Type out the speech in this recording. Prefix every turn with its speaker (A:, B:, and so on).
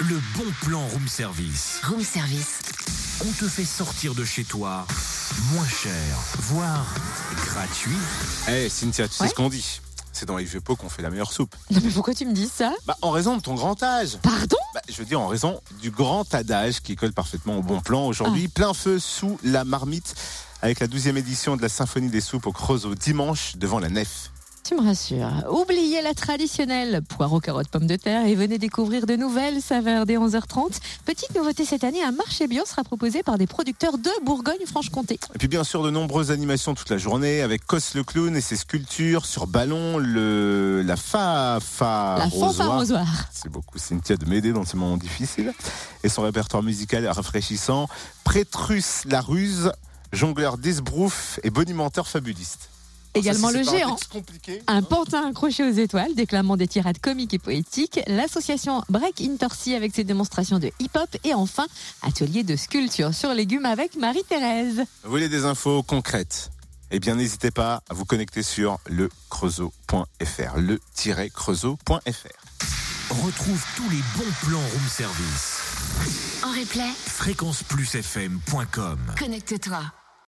A: Le bon plan room service.
B: Room service.
A: On te fait sortir de chez toi moins cher, voire gratuit.
C: Eh Cynthia, tu
B: Ouais.
C: sais ce qu'on dit C'est dans les vieux pots qu'on fait la meilleure soupe.
B: Non mais pourquoi tu me dis ça
C: Bah en raison de ton grand âge.
B: Pardon
C: Bah, je veux dire en raison du grand adage qui colle parfaitement au bon plan aujourd'hui. Plein feu sous la marmite avec la 12e édition de la Symphonie des soupes au Creusot dimanche devant la nef.
B: Tu me rassures. Oubliez la traditionnelle poireaux, carottes, pommes de terre et venez découvrir de nouvelles saveurs dès 11h30. Petite nouveauté cette année, un marché bio sera proposé par des producteurs de Bourgogne-Franche-Comté.
C: Et puis bien sûr de nombreuses animations toute la journée avec Cos le clown et ses sculptures sur ballon, le la fa fa
B: La
C: rosoir.
B: fanfare rosoir.
C: C'est beaucoup Cynthia de m'aider dans ces moments difficiles. Et son répertoire musical est rafraîchissant. Prétrus la ruse, jongleur d'esbrouf et bonimenteur fabuliste.
B: Également
C: Ça,
B: le
C: c'est pas un
B: géant.
C: texte compliqué. hein
B: Un pantin accroché aux étoiles, déclamant des tirades comiques et poétiques, l'association Break Intercy avec ses démonstrations de hip-hop et enfin, atelier de sculpture sur légumes avec Marie-Thérèse.
C: Vous voulez des infos concrètes Eh bien, n'hésitez pas à vous connecter sur le creusot.fr, le-creusot.fr.
A: Retrouve tous les bons plans room service.
B: En replay,
A: fréquenceplusfm.com
B: connecte-toi.